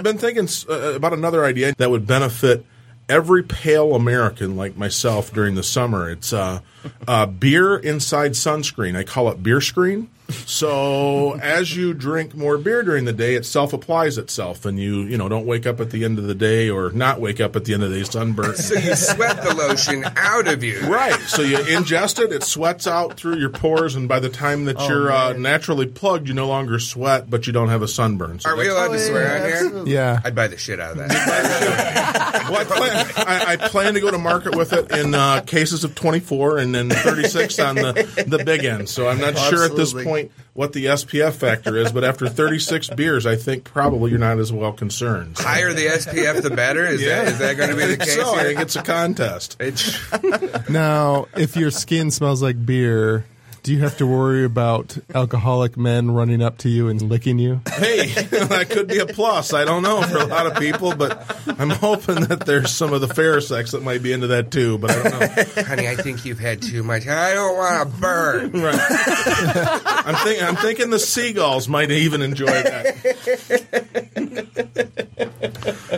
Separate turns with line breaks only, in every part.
been thinking uh, about another idea that would benefit every pale American like myself during the summer. It's uh, uh, beer inside sunscreen. I call it beer screen. So as you drink more beer during the day, it self applies itself, and you you know don't wake up at the end of the day or not wake up at the end of the day sunburned.
So you sweat the lotion out of you.
Right. So you ingest it, it sweats out through your pores, and by the time
Oh,
that you're uh, naturally plugged, you no longer sweat, but you don't have a sunburn. So
Are we
that's-
allowed to swear on here?
Yeah.
I'd buy the shit out of that.
Well, I plan, I, I plan to go to market with it in uh, cases of 24 and then 36 on the, the big end. So I'm not sure at this
Absolutely.
point what the SPF factor is, but after 36 beers, I think probably you're not as well concerned. So-
Higher the SPF, the better. Is
Yeah.
that is that going to be the case?
so I
here?
think it's a contest.
It's-
Now, if your skin smells like beer, do you have to worry about alcoholic men running up to you and licking you?
Hey, that could be a plus. I don't know for a lot of people, but I'm hoping that there's some of the fair sex that might be into that too. But I don't know.
honey, I think you've had too much. I don't want to burn.
Right. I'm, think, I'm thinking the seagulls might even enjoy that.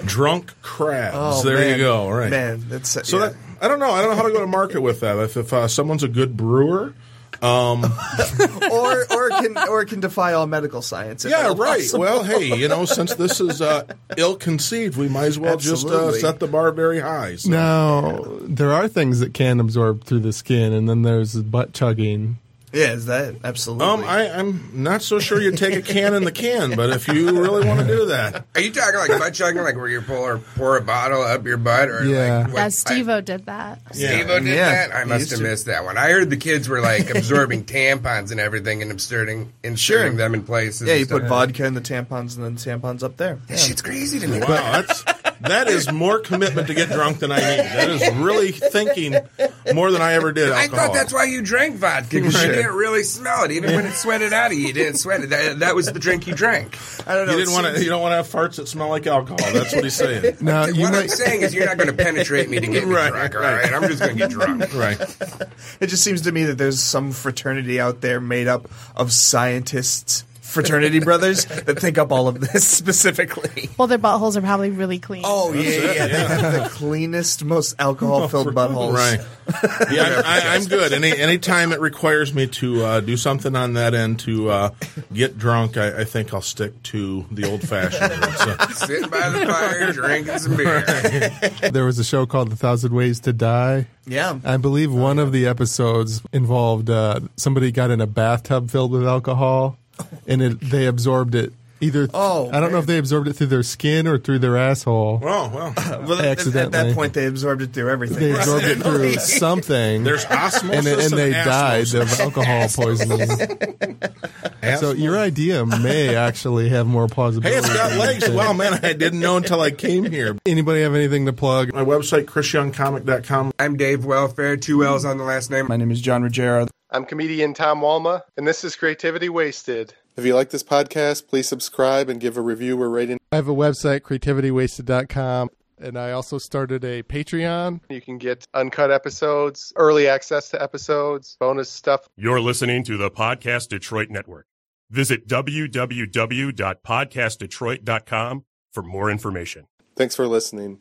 Drunk crabs. there you
Oh, man.
go. Right.
Man, that's
So that I don't know. I don't know how to go to market with that. If, if uh, someone's a good brewer,
that or or it can or it can defy all medical science. if at
yeah,
all
right.
possible.
Well, hey, you know, since this is uh, ill-conceived, we might as well
Absolutely.
just uh, set the bar very high. So.
Now, there are things that can absorb through the skin, and then there's butt chugging.
yeah, is that absolutely?
Um, I, I'm not so sure you take a can in the can, but if you really want to do that,
Are you talking like butt chugging, like where you pull or pour a bottle up your butt, or
Yeah.
like what-
Yeah, Steve-O did that.
yeah.
Steve-O did
Yeah.
that? I
He
must
used
have
to.
missed that one. I heard the kids were like absorbing tampons and everything and inserting inserting
Sure.
them in places.
yeah,
and
you put
stuff.
vodka in the tampons and then tampons up there.
That
Yeah.
shit's crazy to me.
Wow, that's that is more commitment to get drunk than I need. That is really thinking more than I ever did.
I
Alcohol.
thought that's why you drank vodka because you
Right.
didn't really smell it, even when it sweated out of you. You didn't sweat it. That, that was the drink you drank.
I don't know.
you
it
didn't want to.
seems-
You don't want to have farts that smell like alcohol. That's what he's saying.
Now, you
what I'm
might,
saying is, you're not going to penetrate me to get me
Right,
drunk. All
right.
right, I'm just going to get drunk.
Right.
It just seems to me that there's some fraternity out there made up of scientists, fraternity brothers that think up all of this specifically.
Well, their buttholes are probably really clean.
Oh yeah, yeah,
it,
they have the cleanest, most alcohol-filled buttholes.
Right. Yeah, I, I, I'm good. Any any time it requires me to uh, do something on that end to uh, get drunk, I, I think I'll stick to the old fashioned. So,
Sitting by the fire, drinking some beer.
there was a show called The Thousand Ways to Die.
Yeah.
I believe one of the episodes involved uh, somebody got in a bathtub filled with alcohol, and it, they absorbed it. Either
Oh,
I don't know
man.
if they absorbed it through their skin or through their asshole.
well, well,
Well, at- at that
Accidentally.
point, they absorbed it through everything.
They absorbed it through something,
there's
and,
osmosis
and they died
asmosis.
of alcohol poisoning. so your idea may actually have more plausibility.
Hey, it's got
than you
legs.
think.
Wow, man, I didn't know until I came here.
Anybody have anything to plug?
My website, chrisyoungcomic.com.
I'm Dave Welfare, two L's on the last name.
My name is John Ruggiero.
I'm comedian Tom Walma, and this is Creativity Wasted. If you like this podcast, please subscribe and give a review or rating.
I have a website, creativitywasted.com, and I also started a Patreon.
You can get uncut episodes, early access to episodes, bonus stuff
You're listening to the Podcast Detroit Network. Visit www.podcastdetroit.com for more information.
Thanks for listening.